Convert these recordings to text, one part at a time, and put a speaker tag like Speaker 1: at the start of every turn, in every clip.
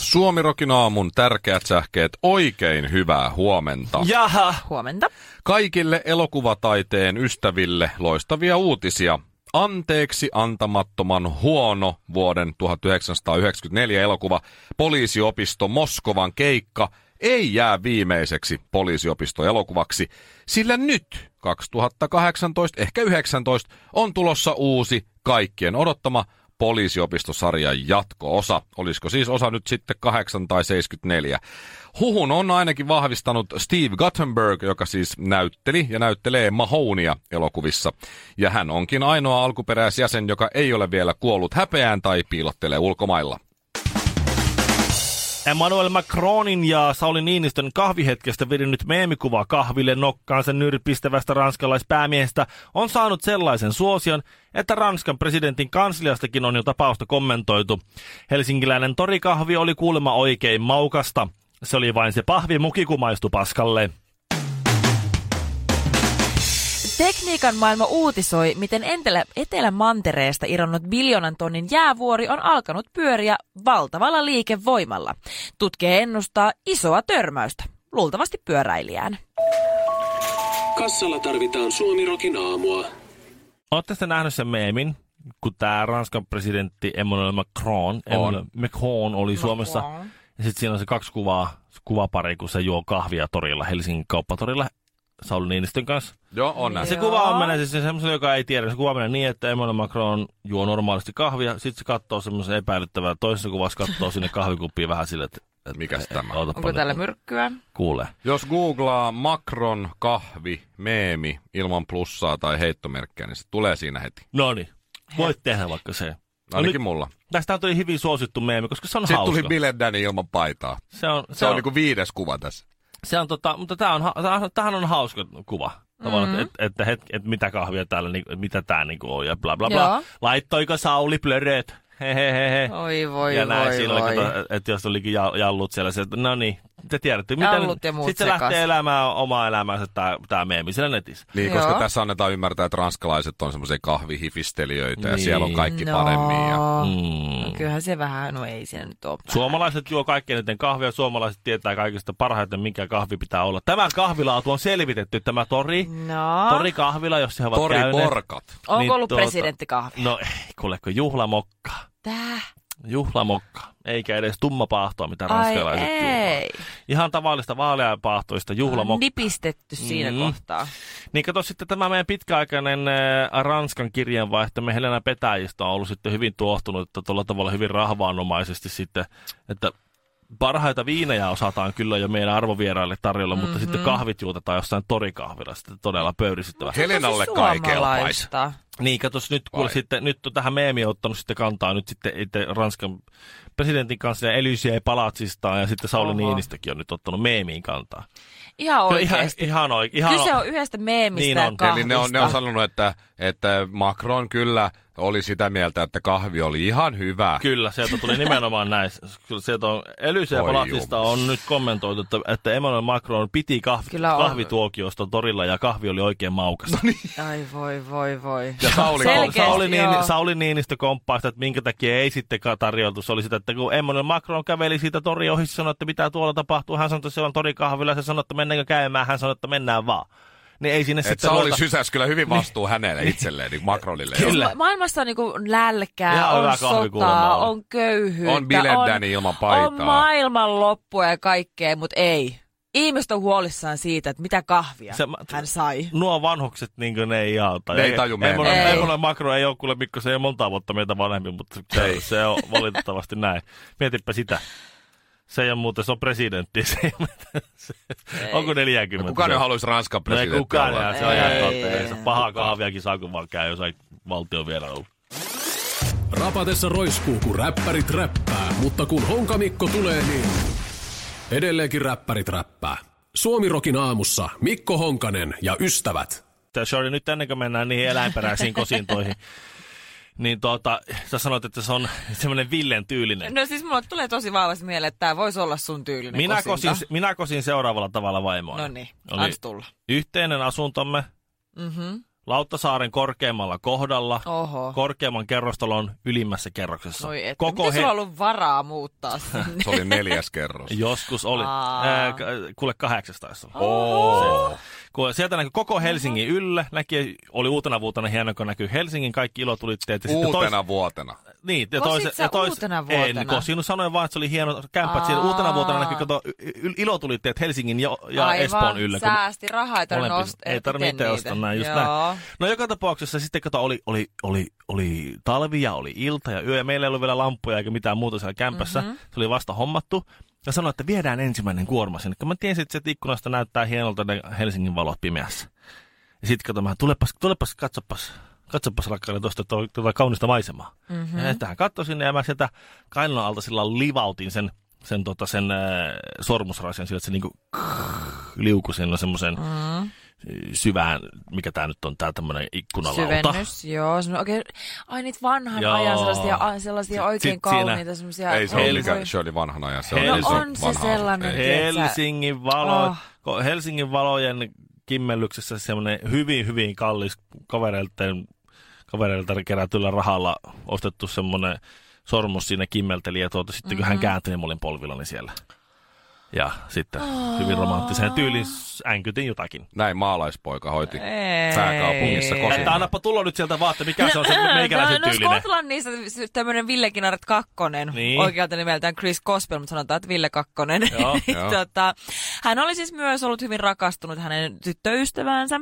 Speaker 1: Suomirokin aamun tärkeät sähkeet, oikein hyvää huomenta.
Speaker 2: Jaha,
Speaker 3: Huomenta.
Speaker 1: Kaikille elokuvataiteen ystäville loistavia uutisia. Anteeksi antamattoman huono vuoden 1994 elokuva Poliisiopisto Moskovan keikka ei jää viimeiseksi poliisiopistoelokuvaksi, sillä nyt 2018, ehkä 19 on tulossa uusi kaikkien odottama poliisiopistosarjan jatko-osa. Olisiko siis osa nyt sitten 8 tai 74? Huhun on ainakin vahvistanut Steve Guttenberg, joka siis näytteli ja näyttelee Mahonia elokuvissa. Ja hän onkin ainoa alkuperäisjäsen, joka ei ole vielä kuollut häpeään tai piilottelee ulkomailla.
Speaker 2: Emmanuel Macronin ja Sauli Niinistön kahvihetkestä virinnyt meemikuva kahville nokkaansa nyrpistävästä ranskalaispäämiehestä on saanut sellaisen suosion, että Ranskan presidentin kansliastakin on jo tapausta kommentoitu. Helsinkiläinen torikahvi oli kuulemma oikein maukasta. Se oli vain se pahvi mukikumaistu paskalle.
Speaker 3: Tekniikan maailma uutisoi, miten entelä, Etelämantereesta irronnut biljonan tonnin jäävuori on alkanut pyöriä valtavalla liikevoimalla. Tutkija ennustaa isoa törmäystä, luultavasti pyöräilijään.
Speaker 4: Kassalla tarvitaan Suomirokin aamua.
Speaker 2: Oletteko te nähnyt sen meemin, kun tämä Ranskan presidentti Emmanuel Macron, Emmanuel Macron oli Suomessa. Ja sitten siinä on se kaksi kuvaa, se kuvapari, kun se juo kahvia torilla, Helsingin kauppatorilla, Sauli Niinistön kanssa.
Speaker 1: Joo, on
Speaker 2: Ja
Speaker 1: näin.
Speaker 2: se
Speaker 3: Joo.
Speaker 2: kuva menee siis semmoiselle, joka ei tiedä. Se kuva menee niin, että Emmanuel Macron juo normaalisti kahvia, sitten se katsoo semmoisen epäilyttävän. Toisessa kuvassa katsoo sinne kahvikuppiin vähän sille, että... että
Speaker 1: Mikäs
Speaker 2: eh,
Speaker 1: tämä?
Speaker 2: ootapa
Speaker 3: Onko
Speaker 2: nyt,
Speaker 3: täällä
Speaker 2: kun
Speaker 3: myrkkyä?
Speaker 2: Kuulee.
Speaker 1: Jos googlaa Macron kahvi, meemi, ilman plussaa tai heittomerkkiä, niin se tulee siinä heti.
Speaker 2: No niin, voit tehdä vaikka se. No
Speaker 1: Ainakin
Speaker 2: nyt-
Speaker 1: mulla.
Speaker 2: Tästä tuli hyvin suosittu meemi, koska se on
Speaker 1: Sitten
Speaker 2: hauska.
Speaker 1: tuli Bill Danny ilman paitaa.
Speaker 2: se on,
Speaker 1: Se on, on niinku viides kuva tässä.
Speaker 2: Se on tota, mutta tämä on, ha- tää on, tämähän on hauska kuva. Tavallaan, mm-hmm. että et, et, et, mitä kahvia täällä, niin, mitä tää niinku on ja bla bla bla.
Speaker 3: Joo.
Speaker 2: Laittoiko Sauli plöröt? Hehehehe.
Speaker 3: Oi voi
Speaker 2: Eh. ja näin
Speaker 3: voi
Speaker 2: silloin,
Speaker 3: voi.
Speaker 2: että et jos olikin ja- jallut siellä, se, että no niin, te tiedätte. Mitä
Speaker 3: Jallut ja muut
Speaker 2: Sitten se
Speaker 3: sekas.
Speaker 2: lähtee elämään omaa elämäänsä tää, tää meemi siellä netissä.
Speaker 1: Niin,
Speaker 3: Joo.
Speaker 1: koska tässä annetaan ymmärtää, että ranskalaiset on semmoisia kahvihifistelijöitä ja
Speaker 2: Niin.
Speaker 1: siellä on kaikki paremmin. Ja...
Speaker 3: No.
Speaker 2: Mm.
Speaker 3: Kyllähän se vähän, no ei siinä nyt ole.
Speaker 2: Suomalaiset juo kaikkein eniten kahvia, suomalaiset tietää kaikista parhaiten, mikä kahvi pitää olla. Tämä kahvilaatu on selvitetty, tämä tori.
Speaker 3: No,
Speaker 2: Tori kahvila, jos he ovat
Speaker 1: Tori
Speaker 2: käyneet.
Speaker 1: Borkat.
Speaker 3: onko
Speaker 2: niin
Speaker 3: ollut
Speaker 2: tuota-
Speaker 3: presidenttikahvi?
Speaker 2: No ei, kuule, kun juhlamokka.
Speaker 3: Tää?
Speaker 2: Juhlamokka. Eikä edes tumma paahtoa, mitä
Speaker 3: Ai
Speaker 2: ranskalaiset juhlaa.
Speaker 3: ei.
Speaker 2: Ihan tavallista vaaleapaahtoista juhlamokka.
Speaker 3: Nipistetty siinä
Speaker 2: Mm.
Speaker 3: kohtaa.
Speaker 2: Niin kato sitten tämä meidän pitkäaikainen ää, Ranskan kirjanvaihtamme Helena Petäjistä on ollut sitten hyvin tuohtunut, että tuolla tavalla hyvin rahvaanomaisesti sitten, että parhaita viinejä osataan kyllä jo meidän arvovieraille tarjolla, mm-hmm. mutta sitten kahvit juotetaan jossain torikahvilla, sitten todella pöyristyttävä.
Speaker 1: Helenalle
Speaker 3: Tosi
Speaker 1: kai kelpaisi.
Speaker 3: suomalaista.
Speaker 2: Niin, katos nyt, kuule,
Speaker 1: Vai?
Speaker 2: sitten, nyt on tähän meemiin ottanut sitten kantaa nyt sitten itse Ranskan presidentin kanssa ja Elysee palatsistaan ja sitten Sauli
Speaker 3: Oho.
Speaker 2: Niinistäkin on nyt ottanut meemiin kantaa.
Speaker 3: Ihan
Speaker 2: Kyllä No, ihan,
Speaker 3: oikeesti.
Speaker 2: ihan, oike- ihan
Speaker 3: Kyse on yhdestä meemistä
Speaker 2: Niin
Speaker 3: ja
Speaker 2: on.
Speaker 3: kahvista.
Speaker 1: Eli ne on, ne on sanonut, että, että Macron kyllä oli sitä mieltä, että kahvi oli ihan hyvä.
Speaker 2: Kyllä, sieltä tuli nimenomaan näin. Kyllä sieltä on, Elysee
Speaker 1: Voi
Speaker 2: Palatsista
Speaker 1: jumas.
Speaker 2: on nyt kommentoitu, että, että Emmanuel Macron piti kahvi,
Speaker 3: Kyllä on.
Speaker 2: kahvituokiosta torilla ja kahvi oli oikein maukas. No niin,
Speaker 3: Ai voi voi voi.
Speaker 1: Ja Sauli
Speaker 3: Selkeästi,
Speaker 2: Sauli,
Speaker 3: joo.
Speaker 2: niin, Sauli Niinistö komppaa sitä, että minkä takia ei sitten ka- tarjoltu. Se oli sitä, että kun Emmanuel Macron käveli siitä toria ohi, se sanoi, että mitä tuolla tapahtuu. Hän sanoi, että siellä on torikahvilla, se sanoi, että mennäänkö käymään. Hän sanoi, että mennään vaan. Niin ei sinne
Speaker 1: Et
Speaker 2: sitten
Speaker 1: Sauli
Speaker 2: ruveta-
Speaker 1: sysäsi kyllä hyvin vastuu hänelle itselleen, niin Macronille.
Speaker 2: Kyllä.
Speaker 3: Ma- Maailmassa on niinku nälkää,
Speaker 2: Ihan hyvä
Speaker 3: on
Speaker 2: kahvi kuulemma
Speaker 3: sotaa,
Speaker 2: on.
Speaker 3: on köyhyyttä,
Speaker 1: On bileddäni ilman paitaa.
Speaker 3: on maailman loppua ja kaikkea, mutta ei. Ihmiset on huolissaan siitä, että mitä kahvia
Speaker 2: Se- Mm.
Speaker 3: se,
Speaker 2: mä-
Speaker 3: hän sai.
Speaker 2: nuo vanhukset niin ne ei auta.
Speaker 1: Ne ei taju meidän
Speaker 2: Emmanuel,
Speaker 3: vanhempia.
Speaker 2: Emmanuel Macron ei ole kuule Mikko, se ei ole monta vuotta meitä vanhempi, mutta se,
Speaker 1: Ei.
Speaker 2: se on valitettavasti näin. Mietipä sitä. Se ei ole muuten, se on presidentti. Se ei, ole- se, onko 40?
Speaker 1: Kukaan
Speaker 2: se
Speaker 1: ei
Speaker 2: on?
Speaker 1: haluaisi Ranskan
Speaker 2: No ei
Speaker 1: presidentti
Speaker 2: kukaan,
Speaker 1: olla.
Speaker 2: ei, se on ihan
Speaker 3: Ei,
Speaker 2: totta. Ei
Speaker 3: ei,
Speaker 2: se
Speaker 3: ei.
Speaker 2: pahaa kahviakin saa, kun vaan käy jossain valtion vierailulla.
Speaker 5: Rapatessa roiskuu, kun räppärit räppää, mutta kun honkamikko tulee, niin
Speaker 6: Edelleenkin räppärit räppää. Suomirokin aamussa Mikko Honkanen ja ystävät.
Speaker 2: Tää Shari, nyt ennen kuin mennään niihin eläinperäisiin kosintoihin, niin tuota, sä sanoit, että se on semmoinen Villen tyylinen.
Speaker 3: No siis mulle tulee tosi vahvasti mieleen, että tämä voisi olla sun tyylinen
Speaker 2: Minä kosin,
Speaker 3: kosinta.
Speaker 2: minä kosin seuraavalla tavalla vaimoa.
Speaker 3: No niin, ans tulla.
Speaker 2: yhteinen asuntomme mm-hmm. Lauttasaaren korkeimmalla kohdalla,
Speaker 3: Oho.
Speaker 2: korkeimman kerrostalon ylimmässä kerroksessa.
Speaker 3: Noi et. Koko Miten sulla on ollut varaa muuttaa sinne?
Speaker 1: Se oli neljäs kerros.
Speaker 2: Joskus oli.
Speaker 3: Aa.
Speaker 2: Ää, k- kuule, kahdeksas taisi olla.
Speaker 1: Oh.
Speaker 2: Kun sieltä näkyy koko Helsingin ylle, näki, oli uutena vuotena hieno, kun näkyy Helsingin kaikki ilotulitteet. ja sitten
Speaker 1: Uutena vuotena.
Speaker 2: Niin, ja
Speaker 3: Kosit
Speaker 2: toisen,
Speaker 3: sä
Speaker 2: ja toisen,
Speaker 3: uutena
Speaker 2: Ei,
Speaker 3: vuotena?
Speaker 2: niin kun sinun sanoin vaan, että se oli hieno kämppä. että Siellä
Speaker 3: Aa.
Speaker 2: uutena vuotena näkyy, kato, y- y- ilotulitteet Helsingin ja, ja
Speaker 3: Aivan,
Speaker 2: Espoon yllä. kun-
Speaker 3: säästi rahaa, ei tarvinnut
Speaker 2: Molempi-
Speaker 3: ostaa.
Speaker 2: Ei tarvinnut itse ostaa näin, just näin. No joka tapauksessa sitten kato, oli, oli, oli, oli talvi ja oli ilta ja yö ja meillä ei ollut vielä lampuja eikä mitään muuta siellä kämpässä.
Speaker 3: Mhm.
Speaker 2: Mm-hmm. Se oli vasta hommattu. Ja sanoi, että viedään ensimmäinen kuorma sinne. Kun mä tiesin, että sieltä ikkunasta näyttää hienolta ne Helsingin valot pimeässä. Ja sitten kato, mä, tulepas, tulepas, katsopas. Katsopas rakkaille tuosta tuo- tuota kaunista maisemaa.
Speaker 3: Mhm.
Speaker 2: Mm-hmm. Ja tähän katsoi sinne ja mä sieltä kainalon alta sillä livautin sen, sen, tota, sen äh, sormusrasian sillä, että se niinku liukui sinne semmoisen mm syvään, mikä tämä nyt on, tämä tämmöinen ikkunalauta.
Speaker 3: Syvennys, joo. semmonen Oikein, ai niitä vanhan
Speaker 2: Joo.
Speaker 3: joo. ajan sellaisia, a- sellaisia
Speaker 2: Sit-
Speaker 3: oikein
Speaker 2: sit siinä-
Speaker 3: kauniita semmoisia.
Speaker 1: Ei se ole
Speaker 2: Helsingin-
Speaker 1: mikään Shirley vanhana ja se on,
Speaker 2: No
Speaker 1: iso
Speaker 3: on se
Speaker 1: vanha asu.
Speaker 3: sellainen.
Speaker 1: Ei.
Speaker 3: Tiedätkö?
Speaker 2: Helsingin valo,
Speaker 3: Ah.
Speaker 2: ko- Helsingin valojen kimmellyksessä semmoinen hyvin, hyvin kallis kavereiltaan kavereilta kerätyllä rahalla ostettu semmoinen sormus siinä kimmelteli ja tuota, sitten
Speaker 3: Mm-hmm.
Speaker 2: kun hän kääntyi, niin mä olin polvillani siellä. Ja sitten
Speaker 3: Ah.
Speaker 2: hyvin romanttiseen tyyliin änkytin jotakin.
Speaker 1: Näin maalaispoika hoiti
Speaker 3: Ei.
Speaker 1: pääkaupungissa
Speaker 3: Ei.
Speaker 1: kosin.
Speaker 2: Että annapa tulla nyt sieltä vaatteet, mikä se on se meikäläisen
Speaker 3: no, no
Speaker 2: tyylinen.
Speaker 3: Skotlannissa tämmöinen Ville Kinaret kakkonen,
Speaker 2: Niin.
Speaker 3: niin. oikealta nimeltään Chris Gospel, mutta sanotaan, että Ville kakkonen.
Speaker 2: Joo,
Speaker 3: Niin,
Speaker 1: joo.
Speaker 3: tota, hän oli siis myös ollut hyvin rakastunut hänen tyttöystäväänsä.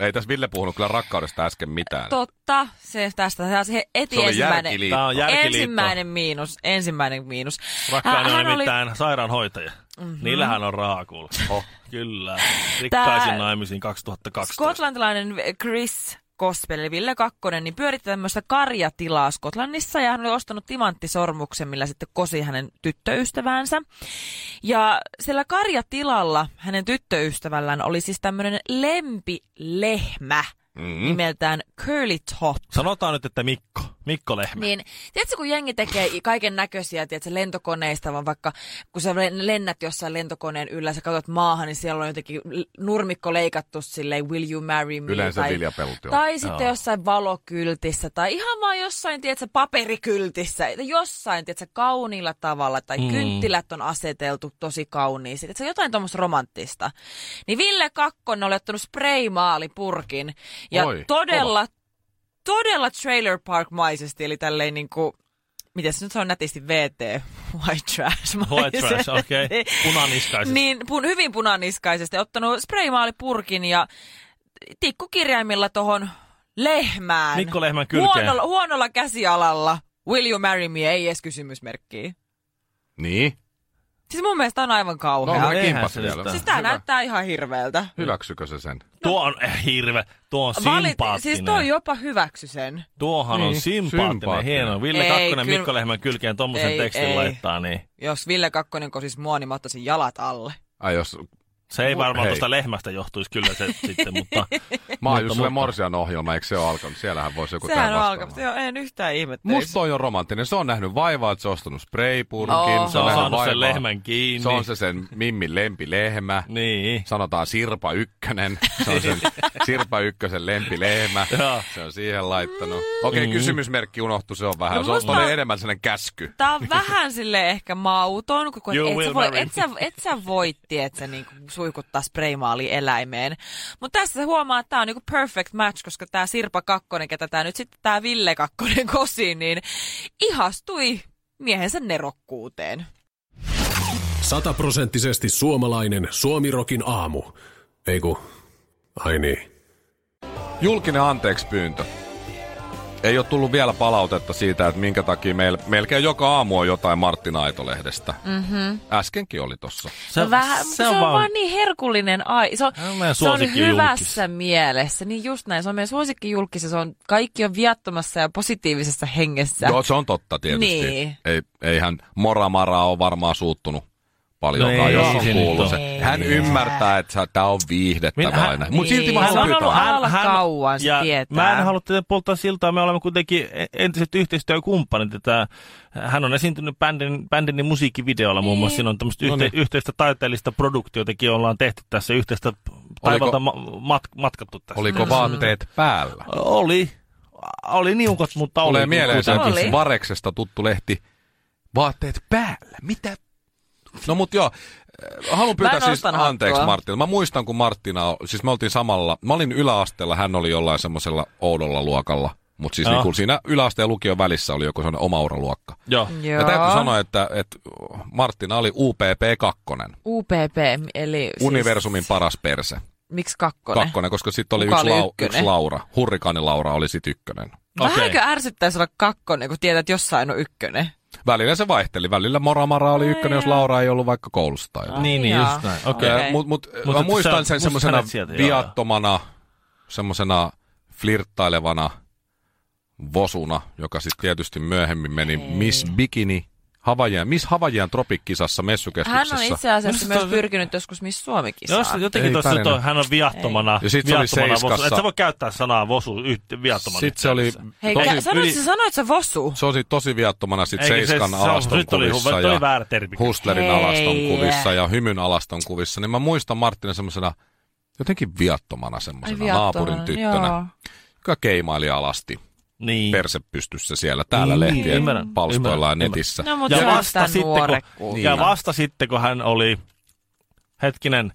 Speaker 1: Ei tässä Ville puhunut kyllä rakkaudesta äsken mitään.
Speaker 3: Totta, se tästä se on se heti
Speaker 1: se oli
Speaker 3: ensimmäinen.
Speaker 1: järkiliitto.
Speaker 2: Tämä on järkiliitto.
Speaker 3: Ensimmäinen miinus, ensimmäinen miinus.
Speaker 2: Rakkainen
Speaker 3: Hän-
Speaker 2: on
Speaker 3: hän oli- Mhm.
Speaker 2: nimittäin sairaanhoitaja. Mm-hmm. Niillähän on rahaa kuulla. Oh. Kyllä. Rikkaisin Tää... naimisiin 2012.
Speaker 3: Skotlantilainen Chris Gospel, eli Ville Kakkonen, niin pyöritti tämmöistä karjatilaa Skotlannissa ja hän oli ostanut timanttisormuksen, millä sitten kosi hänen tyttöystäväänsä. Ja siellä karjatilalla hänen tyttöystävällään oli siis tämmöinen lempilehmä mm. nimeltään Curly Tot.
Speaker 2: Sanotaan nyt, että Mikko. Mikko Lehmä. Niin.
Speaker 3: Niin, tiedätkö, kun jengi tekee kaiken näköisiä, tiedätkö, lentokoneista, vaan vaikka kun sä len- lennät jossain lentokoneen yllä, sä katsot maahan, niin siellä on jotenkin l- nurmikko leikattu silleen, will you marry me?
Speaker 1: Yleensä
Speaker 3: tai,
Speaker 1: viljapelut, joo.
Speaker 3: Tai sitten jossain valokyltissä, tai ihan vaan jossain, tiedätkö, paperikyltissä, tai jossain, tiedätkö, kauniilla tavalla, tai mm. kynttilät on aseteltu tosi kauniisti, tiedätkö, jotain tuommoista romanttista. Niin Ville Kakkonen oli ottanut spraymaalipurkin, ja
Speaker 1: Oi,
Speaker 3: todella todella trailer park maisesti, eli tälleen niinku, miten se nyt se on nätisti VT, white trash
Speaker 2: White trash, okei. Okay. Punaniskaisesti.
Speaker 3: Niin, pun, hyvin punaniskaisesti, ottanut spraymaalipurkin ja tikkukirjaimilla tohon lehmään.
Speaker 2: Mikko Lehmän kylkeen.
Speaker 3: huonolla, huonolla käsialalla. Will you marry me? Ei edes kysymysmerkkiä.
Speaker 1: Niin.
Speaker 3: Siis mun mielestä on aivan
Speaker 1: No,
Speaker 3: kauhea.
Speaker 1: no
Speaker 2: eihän
Speaker 1: kimpas
Speaker 2: se
Speaker 1: vielä.
Speaker 2: sitä.
Speaker 3: siis tää
Speaker 1: Hyvä.
Speaker 3: näyttää ihan hirveältä.
Speaker 1: Hyväksykö se sen?
Speaker 2: Tuo on eh, hirve. Tuo on
Speaker 3: Valit,
Speaker 2: sympaattinen.
Speaker 3: siis toi jopa hyväksy sen.
Speaker 2: Tuohan on
Speaker 1: Niin,
Speaker 2: sympaattinen.
Speaker 1: sympaattinen.
Speaker 2: Hieno. Ville
Speaker 3: Ei,
Speaker 2: Kakkonen
Speaker 3: kyllä-
Speaker 2: Mikko Lehmän kylkeen tommosen
Speaker 3: Ei,
Speaker 2: tekstin
Speaker 3: ei.
Speaker 2: laittaa, niin
Speaker 3: Jos Ville Kakkonen kosis mua, niin mä ottaisin jalat alle.
Speaker 1: Ai jos,
Speaker 2: se ei varmaan
Speaker 1: Hei.
Speaker 2: tuosta lehmästä johtuisi kyllä se sitten, mutta
Speaker 1: mä oon
Speaker 2: Mutta-
Speaker 1: just sille
Speaker 2: mutta-
Speaker 1: Morsian ohjelma, eikö se ole alkanut? Siellähän voisi joku
Speaker 3: Sehän
Speaker 1: tämän
Speaker 3: on
Speaker 1: vastaava.
Speaker 3: alkanut. Joo, en yhtään ihmettelisi.
Speaker 1: Musta toi on romanttinen. Se on nähnyt vaivaa, että se on ostanut spraypurkin.
Speaker 3: Oho.
Speaker 2: se on
Speaker 1: nähnyt
Speaker 2: saanut sen
Speaker 1: vaivaa.
Speaker 2: lehmän kiinni.
Speaker 1: Se on se sen Mimmin lempilehmä.
Speaker 2: Niin.
Speaker 1: Sanotaan Sirpa Ykkönen. Se on sen Sirpa Ykkösen lempilehmä.
Speaker 2: Joo. Mm.
Speaker 1: se on siihen laittanut. Okei, okay, kysymysmerkki uhtui, se on vähän.
Speaker 3: No
Speaker 1: se on
Speaker 3: musta-
Speaker 1: musta... enemmän sellainen käsky.
Speaker 3: Tää on vähän sille ehkä mauton, kun kun
Speaker 2: You
Speaker 3: et,
Speaker 2: will
Speaker 3: sä voi,
Speaker 2: marry.
Speaker 3: et, sä, et sä voi tiedätkö, niinku suikuttaa spraymaali eläimeen. Mutta tässä sä huomaa, että tää on niinku perfect match, koska tää Sirpa Kakkonen, ketä tää nyt sitten tää Ville Kakkonen kosi, niin ihastui miehensä nerokkuuteen.
Speaker 6: Sataprosenttisesti suomalainen Suomirokin aamu. Ei ku, ai niin.
Speaker 1: Julkinen anteekspyyntö. Ei ole tullut vielä palautetta siitä, että minkä takia meillä, melkein joka aamu on jotain Martin Aitolehdestä. Mm-hmm. Äskenkin oli tossa.
Speaker 2: Se,
Speaker 3: no vähän, se, se on vaan, vaan niin herkullinen ai. Se on,
Speaker 2: Se on meidän
Speaker 3: se on
Speaker 2: suosikkijulkis.
Speaker 3: hyvässä mielessä. Niin just näin. Se on meidän suosikkijulkissa. Se on, kaikki on viattomassa ja positiivisessa hengessä.
Speaker 1: Joo, se on totta tietysti.
Speaker 3: Niin.
Speaker 1: Ei, eihän Mora Mara ole varmaan suuttunut paljonkaan,
Speaker 2: No ei,
Speaker 1: jos on
Speaker 2: se nyt
Speaker 1: kuullut
Speaker 2: on.
Speaker 1: se.
Speaker 3: Ei.
Speaker 1: Hän ymmärtää, että tämä on viihdettä
Speaker 2: Min- hän-
Speaker 1: aina. Mutta silti
Speaker 3: Niin.
Speaker 1: vaan
Speaker 3: Hän on ollut
Speaker 1: hypätään.
Speaker 3: alalla kauan, se tietää.
Speaker 2: Mä en halua tätä polttaa siltaa, me olemme kuitenkin e- entiset yhteistyökumppanit. Että hän on esiintynyt bändin, bändin musiikkivideolla muun muassa. Siinä on tämmöistä
Speaker 1: No
Speaker 2: yhte,
Speaker 1: niin.
Speaker 2: yhteistä taiteellista produktiotakin ollaan tehty tässä, yhteistä taivalta ma- mat- matkattu tässä.
Speaker 1: Oliko vaatteet päällä?
Speaker 2: Oli. Oli niukat, mutta oli.
Speaker 1: Tulee mieleen se
Speaker 2: kuitenkin.
Speaker 3: Oli.
Speaker 1: Vareksesta tuttu lehti. Vaatteet päällä, mitä? No mut joo, äh, haluan pyytää
Speaker 3: Mä en
Speaker 1: siis
Speaker 3: ostanut hattua.
Speaker 1: anteeksi Marttina. Mä muistan, kun Marttina, o- siis me oltiin samalla, mä olin yläasteella, hän oli jollain semmoisella oudolla luokalla. Mutta siis
Speaker 2: Joo.
Speaker 1: niin siinä yläasteen ja lukion välissä oli joku sellainen oma uraluokka.
Speaker 2: Joo.
Speaker 3: Joo.
Speaker 1: Ja täytyy sanoa, että, että Marttina oli UPP2,
Speaker 3: UPP, eli siis,
Speaker 1: universumin paras perse.
Speaker 3: miksi Siis kakkonen?
Speaker 1: Kakkonen, koska sitten oli,
Speaker 3: Kuka
Speaker 1: yksi,
Speaker 3: oli
Speaker 1: lau,
Speaker 3: ykkönen?
Speaker 1: yksi Laura. Hurrikaani Laura oli sitten ykkönen.
Speaker 3: Vähänkö
Speaker 2: Okei.
Speaker 3: ärsyttäisi olla kakkonen, kun tiedät, että jossain on ykkönen?
Speaker 1: Välillä se vaihteli. Välillä Mora Mara oli ykkönen, jos Laura ei ollut vaikka koulussa tai jotain.
Speaker 2: Niin, niin,
Speaker 3: Jaa.
Speaker 2: just näin. Okei.
Speaker 3: Okei.
Speaker 1: Okay. Mutta mut, mut,
Speaker 2: Mut
Speaker 1: mä
Speaker 2: et sä-
Speaker 1: muistan sen
Speaker 2: muistat
Speaker 1: semmoisena
Speaker 2: hänet sieltä, joo, joo.
Speaker 1: viattomana, semmoisena flirttailevana vosuna, joka sitten tietysti myöhemmin meni Miss Bikini Havajan, Miss Havajan tropikkisassa
Speaker 3: Hän
Speaker 1: messukeskuksessa.
Speaker 3: on itse asiassa
Speaker 2: Minusta
Speaker 3: myös
Speaker 2: toi-
Speaker 3: pyrkinyt joskus Miss Suomi-kisaan.
Speaker 2: Jos jotenkin
Speaker 1: Ei
Speaker 2: tuossa
Speaker 1: pärjännyt.
Speaker 2: toi, hän on viattomana.
Speaker 1: Ja sit se oli
Speaker 2: viattomana vosu.
Speaker 1: Seiskassa.
Speaker 2: Et sä voi käyttää sanaa vosu yhtä viattomana.
Speaker 1: Sitten se oli
Speaker 3: Hei,
Speaker 1: tosi,
Speaker 3: kä- sanoit, sä, sanoit sä Vosu?
Speaker 1: se oli tosi viattomana sitten
Speaker 2: Eikä se-
Speaker 1: Seiskan
Speaker 2: se on-
Speaker 1: alaston
Speaker 2: nyt oli-
Speaker 1: kuvissa
Speaker 2: toi
Speaker 1: ja
Speaker 2: väärä termi.
Speaker 1: Hustlerin
Speaker 3: Hei.
Speaker 1: alaston kuvissa ja Hymyn alaston kuvissa, niin mä muistan Marttina semmoisena jotenkin viattomana
Speaker 3: Ai
Speaker 1: semmoisena
Speaker 3: viattomana,
Speaker 1: naapurin tyttönä,
Speaker 3: joo.
Speaker 1: joka keimaili alasti
Speaker 2: niin.
Speaker 1: perse pystyssä siellä täällä
Speaker 2: Niin,
Speaker 1: lehtien
Speaker 2: ymmärrän,
Speaker 1: palstoilla ja
Speaker 2: ymmärrän.
Speaker 1: netissä.
Speaker 3: No, mutta
Speaker 2: ja,
Speaker 3: se on
Speaker 2: vasta
Speaker 3: sitä
Speaker 2: sitten, kun, Niin,
Speaker 3: nuorekkuutta.
Speaker 1: Niin,
Speaker 2: ja vasta sitten, kun hän oli, hetkinen,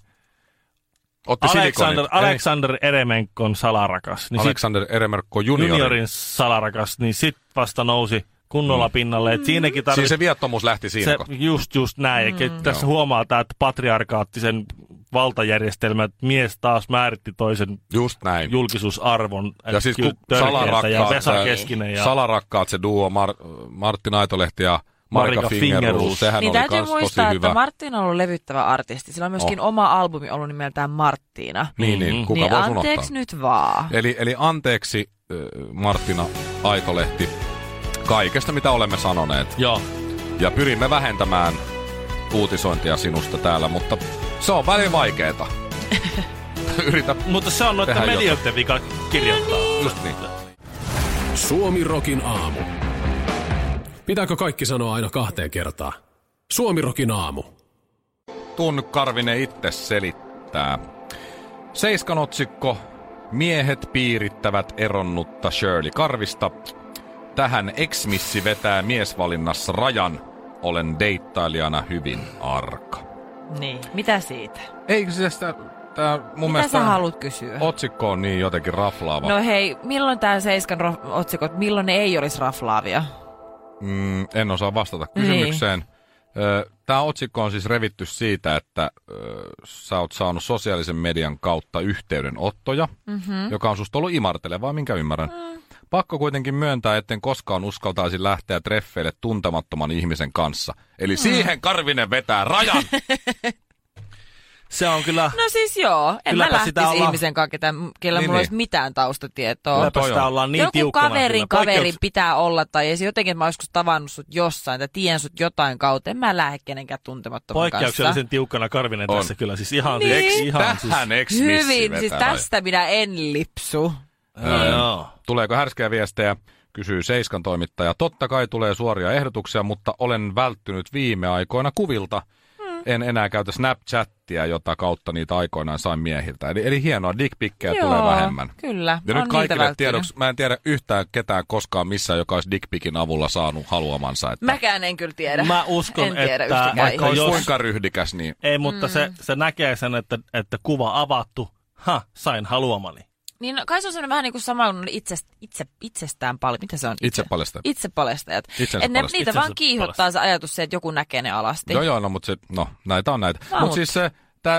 Speaker 1: Otti
Speaker 2: Alexander,
Speaker 1: silikonit.
Speaker 2: Alexander Eremenkon salarakas,
Speaker 1: Ei,
Speaker 2: niin sit
Speaker 1: Alexander Eremerkko juniorin.
Speaker 2: juniorin salarakas, niin sit vasta nousi kunnolla pinnalle.
Speaker 3: Mm.
Speaker 2: Et siinäkin tarvitsi...
Speaker 1: Mm. Siis se viattomuus lähti siinä
Speaker 2: se,
Speaker 1: kohtaa.
Speaker 2: just, just näin. Mm. Tässä
Speaker 1: Joo.
Speaker 2: huomaa tämä, että patriarkaattisen valtajärjestelmä, että mies taas määritti toisen
Speaker 1: Just näin.
Speaker 2: julkisuusarvon.
Speaker 1: ja
Speaker 2: että
Speaker 1: siis
Speaker 2: kyllä
Speaker 1: kun
Speaker 2: törkeetä ja
Speaker 1: salarakkaat,
Speaker 2: Vesa
Speaker 1: tää-
Speaker 2: Keskinen ja
Speaker 1: salarakkaat se duo, Mar- Martti Naitolehti ja Marika,
Speaker 2: Marika
Speaker 1: Fingerus,
Speaker 2: Fingerus.
Speaker 1: sehän
Speaker 3: Niin
Speaker 1: oli
Speaker 3: täytyy
Speaker 1: kans
Speaker 3: muistaa,
Speaker 1: tosi
Speaker 3: että
Speaker 1: hyvä.
Speaker 3: Marttiin on ollut levyttävä artisti. Sillä on myöskin
Speaker 1: On.
Speaker 3: oma albumi ollut nimeltään Marttiina.
Speaker 1: Niin, niin,
Speaker 2: Mm.
Speaker 1: kuka
Speaker 3: niin
Speaker 1: voisi
Speaker 3: anteeksi
Speaker 1: unohtaa.
Speaker 3: nyt vaan.
Speaker 1: Eli, eli anteeksi äh, Martina Aitolehti kaikesta, mitä olemme sanoneet.
Speaker 2: Joo.
Speaker 1: Ja pyrimme vähentämään uutisointia sinusta täällä, mutta se on välin vaikeeta. Yritä
Speaker 2: Mutta se on noita
Speaker 1: Tehdään
Speaker 2: medioiden vika
Speaker 3: No
Speaker 2: kirjoittaa.
Speaker 1: just niin.
Speaker 6: Suomirokin aamu. Pitääkö kaikki sanoa aina kahteen kertaan? Suomirokin aamu.
Speaker 1: Tun Karvinen itse selittää. Seiskan otsikko. Miehet piirittävät eronnutta Shirley Karvista. Tähän eksmissi vetää miesvalinnassa rajan. Olen deittailijana hyvin arka.
Speaker 3: Niin, mitä siitä?
Speaker 1: Eikö se sitä... Tää, mun
Speaker 3: Mitä
Speaker 1: mielestä
Speaker 3: sä
Speaker 1: tää
Speaker 3: haluat kysyä?
Speaker 1: Otsikko on niin jotenkin raflaava.
Speaker 3: No hei, milloin tää Seiskan ro- otsikot, milloin ne ei olisi raflaavia?
Speaker 1: Mm, en osaa vastata
Speaker 3: Niin.
Speaker 1: kysymykseen. Tämä otsikko on siis revitty siitä, että ö, sä oot saanut sosiaalisen median kautta yhteydenottoja, mm-hmm. joka on susta ollut imartelevaa, minkä ymmärrän. Mm. Pakko kuitenkin myöntää, etten koskaan uskaltaisi lähteä treffeille tuntemattoman ihmisen kanssa. Eli mm. siihen Karvinen vetää rajan!
Speaker 2: Se on kyllä...
Speaker 3: No siis joo, en
Speaker 2: Kylläpä
Speaker 3: mä
Speaker 2: sitä
Speaker 3: lähtisi
Speaker 2: ollaan-
Speaker 3: ihmisen kanssa, ketä, kellä
Speaker 1: Niin,
Speaker 3: niin, mulla
Speaker 1: niin.
Speaker 3: niin. olisi mitään taustatietoa.
Speaker 2: Kylläpä
Speaker 1: toi
Speaker 2: sitä
Speaker 1: on.
Speaker 2: ollaan niin
Speaker 3: Joku
Speaker 2: tiukkana.
Speaker 3: kaverin
Speaker 2: kyllä.
Speaker 3: kaverin
Speaker 2: Poikkeuks-
Speaker 3: pitää olla, tai ei se jotenkin, että mä oon joskus tavannut sut jossain, tai tien sut jotain kautta, en mä lähde kenenkään tuntemattoman kanssa.
Speaker 2: Poikkeuksellisen tiukkana Karvinen
Speaker 1: On.
Speaker 2: tässä kyllä. Siis ihan,
Speaker 3: Niin.
Speaker 2: siis, ihan siis,
Speaker 1: Tähän siis,
Speaker 3: Hyvin, siis tästä minä en lipsu.
Speaker 2: Joo, joo.
Speaker 3: Mm.
Speaker 1: Tuleeko härskejä viestejä? Kysyy Seiskan toimittaja. Totta kai tulee suoria ehdotuksia, mutta olen välttynyt viime aikoina kuvilta.
Speaker 3: Hmm.
Speaker 1: En enää käytä Snapchattia, jota kautta niitä aikoinaan sain miehiltä. Eli, eli hienoa, dickpikkejä tulee vähemmän.
Speaker 3: Kyllä,
Speaker 1: Ja
Speaker 3: on
Speaker 1: nyt kaikille
Speaker 3: niitä
Speaker 1: tiedoksi, mä en tiedä yhtään ketään koskaan missään, joka olisi dickpikin avulla saanut haluamansa. Että
Speaker 3: Mäkään en kyllä tiedä.
Speaker 2: Mä uskon,
Speaker 3: en tiedä
Speaker 2: että
Speaker 3: yhtäkään
Speaker 2: vaikka
Speaker 1: olisi
Speaker 3: ihmistä.
Speaker 2: jos-
Speaker 1: kuinka ryhdikäs, niin
Speaker 2: Ei, mutta mm. se, se näkee sen, että, että kuva avattu. Ha, sain haluamani.
Speaker 3: Niin no, kai se on semmoinen vähän niin kuin sama kuin itse, itse, itsestään paljon. Mitä se on?
Speaker 1: itse paljastan.
Speaker 3: itse paljastajat.
Speaker 1: Itsensä
Speaker 3: Et ne,
Speaker 1: paljastajat.
Speaker 3: niitä
Speaker 2: Itsensä
Speaker 3: vaan kiihottaa se ajatus se, että joku näkee ne alasti.
Speaker 1: Joo, joo, no, mutta se, no, näitä on näitä.
Speaker 3: No,
Speaker 1: mutta
Speaker 3: mut.
Speaker 1: siis se,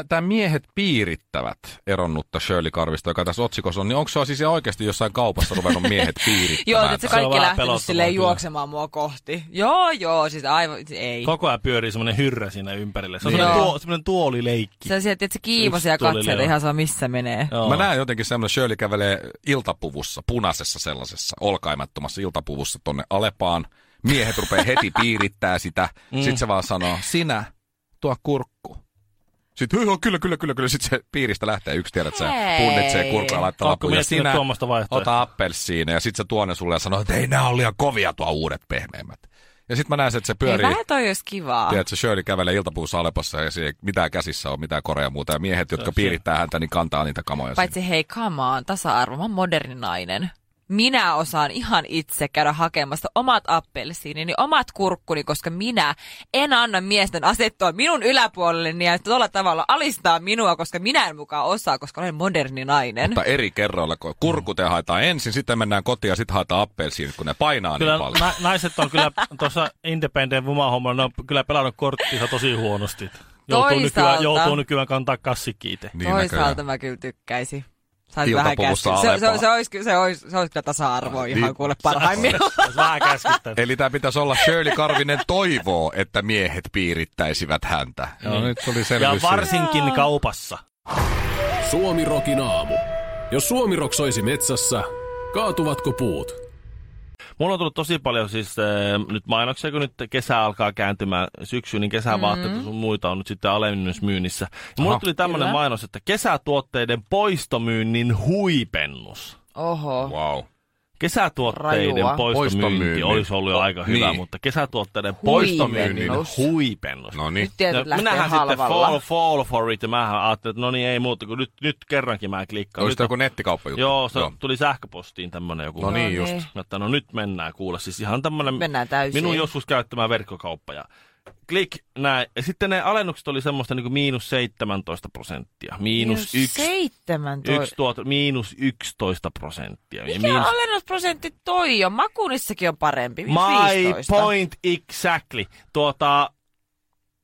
Speaker 1: tämä miehet piirittävät eronnutta Shirley Karvista, joka tässä otsikossa on, niin onko se siis ihan oikeasti jossain kaupassa ruvennut miehet
Speaker 3: Joo,
Speaker 1: piirittämään?
Speaker 3: että se
Speaker 2: Se on
Speaker 3: kaikki
Speaker 2: vähän
Speaker 3: lähtenyt
Speaker 2: pelottavaa
Speaker 3: silleen
Speaker 2: kyllä.
Speaker 3: juoksemaan mua kohti. Joo, joo, siis aivan, ei.
Speaker 2: Koko ajan pyörii semmoinen hyrrä siinä ympärille. Se on
Speaker 3: Niin.
Speaker 2: semmoinen,
Speaker 3: Joo.
Speaker 2: tuo, semmoinen tuolileikki.
Speaker 3: Se on sieltä, että se
Speaker 2: Yksi
Speaker 3: kiivosia
Speaker 2: tuli
Speaker 3: katselee
Speaker 2: leo.
Speaker 3: ihan saa missä menee.
Speaker 2: Joo.
Speaker 1: Mä näen jotenkin semmoinen, Shirley kävelee iltapuvussa, punaisessa sellaisessa, olkaimattomassa iltapuvussa tonne Alepaan. Miehet rupeaa heti piirittää sitä. Mm. Sitten se vaan sanoo, sinä, vittua kurkku. Sitten joo, kyllä, kyllä, kyllä, kyllä. Sitten se piiristä lähtee yksi, tiedät sä,
Speaker 3: Hei.
Speaker 1: punnitsee kurkku ja laittaa
Speaker 2: Ootko
Speaker 1: lapun. Ja
Speaker 2: miettinyt
Speaker 1: sinä
Speaker 2: tuommoista vaihtoehtoa?
Speaker 1: ota appelsiina ja sitten se tuo ne sulle ja sanoo, että ei nämä ole liian kovia tuo uudet pehmeämmät. Ja sitten mä näen, sen, että se
Speaker 3: Ei
Speaker 1: pyörii.
Speaker 3: vähän toi olisi kivaa.
Speaker 1: Tiedätkö, Shirley kävelee iltapuussa Alepassa ja se ei mitään käsissä on, mitään korea ja muuta. Ja miehet, jotka piirittää häntä, niin kantaa niitä kamoja. sinne.
Speaker 3: Paitsi hei, come on, tasa-arvo, mä oon moderni nainen. Minä osaan ihan itse käydä hakemasta omat appelsiinini, niin omat kurkkuni, koska minä en anna miesten asettua minun yläpuolelleni ja tuolla tavalla alistaa minua, koska minä en mukaan osaa, koska olen moderni nainen.
Speaker 1: Mutta eri kerroilla, kun kurkute haetaan ensin, sitten mennään kotiin ja sitten haetaan appelsiinit, kun ne painaa
Speaker 2: Kyllä
Speaker 1: niin paljon.
Speaker 2: na- naiset on kyllä tuossa Independent Woman hommalla, ne on kyllä pelannut korttinsa tosi huonosti. Joutuu nykyään,
Speaker 3: Toisaalta.
Speaker 2: joutuu nykyään kantaa kassikiite.
Speaker 1: Niin
Speaker 3: Toisaalta
Speaker 1: näköjään.
Speaker 3: mä kyllä tykkäisin. Saisin vähän
Speaker 1: Iltapuvussa
Speaker 3: käskyä. Se, se,
Speaker 1: Aleppo.
Speaker 3: se, olisi, ky- se, olisi, se olisi kyllä tasa-arvoa ihan
Speaker 1: Niin.
Speaker 3: kuule parhaimmillaan.
Speaker 2: Olisi vähän käskittänyt.
Speaker 1: Eli tämä pitäisi olla Shirley Karvinen toivoo, että miehet piirittäisivät häntä.
Speaker 3: Mm.
Speaker 1: No, nyt tuli
Speaker 2: Ja
Speaker 1: selvyys. siitä.
Speaker 2: varsinkin kaupassa.
Speaker 6: Suomi Rokin aamu. Jos Suomi roksoisi metsässä, kaatuvatko puut?
Speaker 2: Mulla on tullut tosi paljon siis äh, nyt mainoksia, kun nyt kesä alkaa kääntymään syksy, niin
Speaker 3: Mm.
Speaker 2: kesävaatteet mm-hmm. sun muita on nyt sitten alennusmyynnissä. Ja mulla
Speaker 1: Aha.
Speaker 2: tuli tämmöinen
Speaker 3: Kyllä.
Speaker 2: mainos, että kesätuotteiden poistomyynnin huipennus.
Speaker 3: Oho.
Speaker 1: Wow.
Speaker 2: Kesätuotteiden
Speaker 3: Rajua.
Speaker 2: poistomyynti
Speaker 1: Poistomyynnin.
Speaker 2: olisi ollut jo
Speaker 1: O-
Speaker 2: aika hyvä,
Speaker 1: niin.
Speaker 2: mutta kesätuotteiden
Speaker 3: Huipennus.
Speaker 2: poistomyynnin huipennus.
Speaker 1: No niin.
Speaker 3: Nyt tietyt
Speaker 2: No,
Speaker 3: lähtee
Speaker 2: minähän sitten fall,
Speaker 3: halvalla.
Speaker 2: fall for it, ja mähän ajattelin, että no niin ei muuta, kun nyt, nyt kerrankin mä klikkaan.
Speaker 1: Olisiko
Speaker 2: Nyt-
Speaker 1: joku nettikauppajuttu?
Speaker 2: Joo, se tuli sähköpostiin tämmönen joku.
Speaker 1: No niin,
Speaker 3: No
Speaker 1: just.
Speaker 3: niin.
Speaker 2: Että no nyt mennään kuule, siis ihan tämmönen
Speaker 3: Mennään täysin.
Speaker 2: minun joskus käyttämä verkkokauppa. Ja klik, näin. Ja sitten ne alennukset oli semmoista niin kuin miinus 17 prosenttia. Miinus yksi,
Speaker 3: 17.
Speaker 2: yksi tuot, miinus 11 prosenttia. Ja
Speaker 3: Mikä
Speaker 2: miinus,
Speaker 3: alennusprosentti toi on? Makuunissakin on parempi.
Speaker 2: My
Speaker 3: 15.
Speaker 2: point exactly. Tuota,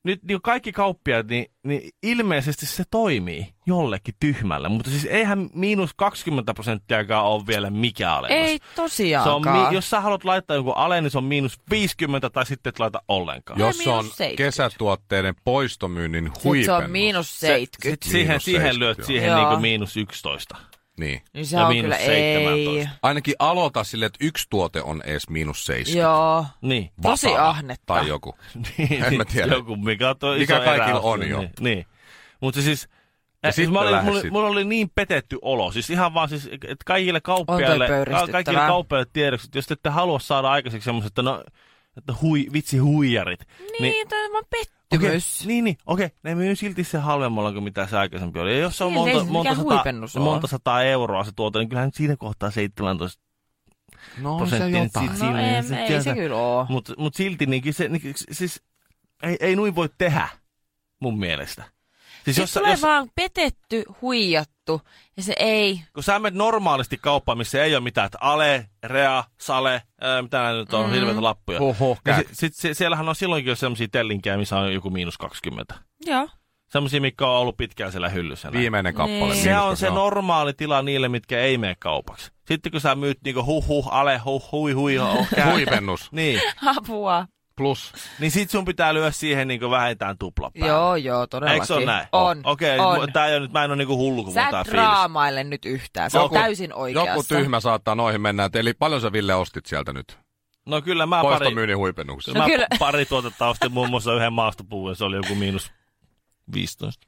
Speaker 2: nyt niin kaikki kauppiaat, niin, niin ilmeisesti se toimii jollekin tyhmälle. Mutta siis eihän miinus 20 prosenttiakaan ole vielä mikä alennus.
Speaker 3: Ei
Speaker 2: Se on,
Speaker 3: tosiaankaan.
Speaker 2: mi- jos sä haluat laittaa joku alle, niin se on miinus 50 tai sitten et laita ollenkaan.
Speaker 1: Jos
Speaker 3: miinus
Speaker 1: on
Speaker 3: 70.
Speaker 1: kesätuotteiden poistomyynnin
Speaker 3: Sit
Speaker 1: huipennus.
Speaker 3: se on miinus
Speaker 2: Se- sit
Speaker 3: 70.
Speaker 2: siihen,
Speaker 1: Miinus
Speaker 2: siihen
Speaker 1: 70,
Speaker 2: lyöt
Speaker 1: joo.
Speaker 2: siihen
Speaker 3: Joo.
Speaker 2: niin kuin miinus 11.
Speaker 1: Niin.
Speaker 3: niin se
Speaker 2: ja
Speaker 3: on
Speaker 2: No miinus
Speaker 3: kyllä ei.
Speaker 2: 17.
Speaker 1: Ainakin aloita silleen, että yksi tuote on edes miinus 70.
Speaker 3: Joo.
Speaker 2: Niin.
Speaker 3: Tosi
Speaker 1: Vatala
Speaker 3: ahnetta.
Speaker 1: Tai joku.
Speaker 2: niin
Speaker 1: En mä tiedä.
Speaker 2: Joku, mikä on toi
Speaker 1: Mikä
Speaker 2: iso
Speaker 1: kaikilla
Speaker 2: eräosto,
Speaker 1: on jo.
Speaker 2: Niin. niin. Mutta siis...
Speaker 1: Ja
Speaker 2: Ja siis
Speaker 1: sitten
Speaker 2: mä olin,
Speaker 1: lähes
Speaker 2: mulla,
Speaker 1: sit.
Speaker 2: mulla, oli niin petetty olo, siis ihan vaan siis, että kaikille
Speaker 3: On
Speaker 2: kauppiaille,
Speaker 3: toi pöyristyttävää.
Speaker 2: kaikille kauppiaille tiedoksi, että jos te ette halua saada aikaiseksi semmoiset, että no, että hui, vitsi huijarit.
Speaker 3: Niin, tämä on
Speaker 2: Okei,
Speaker 3: pettymys.
Speaker 2: niin, niin, okei. Ne myy silti se halvemmalla kuin mitä se aikaisempi oli. Ja jos se on
Speaker 3: Niin, ei
Speaker 2: monta,
Speaker 3: se
Speaker 2: monta,
Speaker 3: mikään
Speaker 2: sata,
Speaker 3: huipennus ole.
Speaker 2: monta sataa euroa se tuote, niin kyllähän siinä kohtaa 17
Speaker 1: No
Speaker 2: prosenttia.
Speaker 3: No ei, ei se kyllä oo.
Speaker 2: Mutta mut silti niin, kyllä se, niin, kyllä se- siis, ei, ei nuin voi tehdä mun mielestä. Siis
Speaker 3: Siis
Speaker 2: jos, sä-
Speaker 3: tulee
Speaker 2: jos,
Speaker 3: vaan petetty, huijattu ja se ei.
Speaker 2: kun sä menet normaalisti kauppaan, missä ei ole mitään, että ale, rea, sale, ää, mitä näitä nyt on,
Speaker 3: Mm.
Speaker 2: mm-hmm. hirveitä lappuja.
Speaker 1: Oho,
Speaker 2: Niin
Speaker 1: käy.
Speaker 2: sit, sit, se, siellähän on silloinkin jo sellaisia tellinkejä, missä on joku miinus 20.
Speaker 3: Joo.
Speaker 2: Sellaisia, mitkä on ollut pitkään siellä hyllyssä. näin.
Speaker 1: Viimeinen kappale.
Speaker 3: Niin.
Speaker 2: Se
Speaker 1: miinus,
Speaker 2: on
Speaker 1: kun
Speaker 2: se normaali tila niille, mitkä ei mene kaupaksi. Sitten kun sä myyt niinku huh huh, ale huh, hui hui, ho, kää-
Speaker 1: Huipennus
Speaker 2: niin,
Speaker 3: Apua.
Speaker 1: plus
Speaker 2: niin sit sun pitää lyödä siihen niinku vähintään tupla päälle.
Speaker 3: Joo, joo, todellakin.
Speaker 2: Eikö se ole näin?
Speaker 3: On.
Speaker 2: Okei,
Speaker 3: on.
Speaker 2: mu- tää ei ole nyt, mä en ole niinku hullu, kun
Speaker 3: Sä
Speaker 2: mulla
Speaker 3: et
Speaker 2: on tää fiilis.
Speaker 3: draamaile nyt yhtään. Se on
Speaker 1: Joku-
Speaker 3: täysin oikeassa.
Speaker 1: Joku tyhmä saattaa noihin mennä. Et Eli paljon sä Ville ostit sieltä nyt?
Speaker 2: No kyllä mä pari,
Speaker 1: Poistomyynnin huipennuksen.
Speaker 2: mä
Speaker 3: No kyllä.
Speaker 2: pa- pari tuotetta ostin muun muassa yhden maastopuun ja se oli joku miinus 15.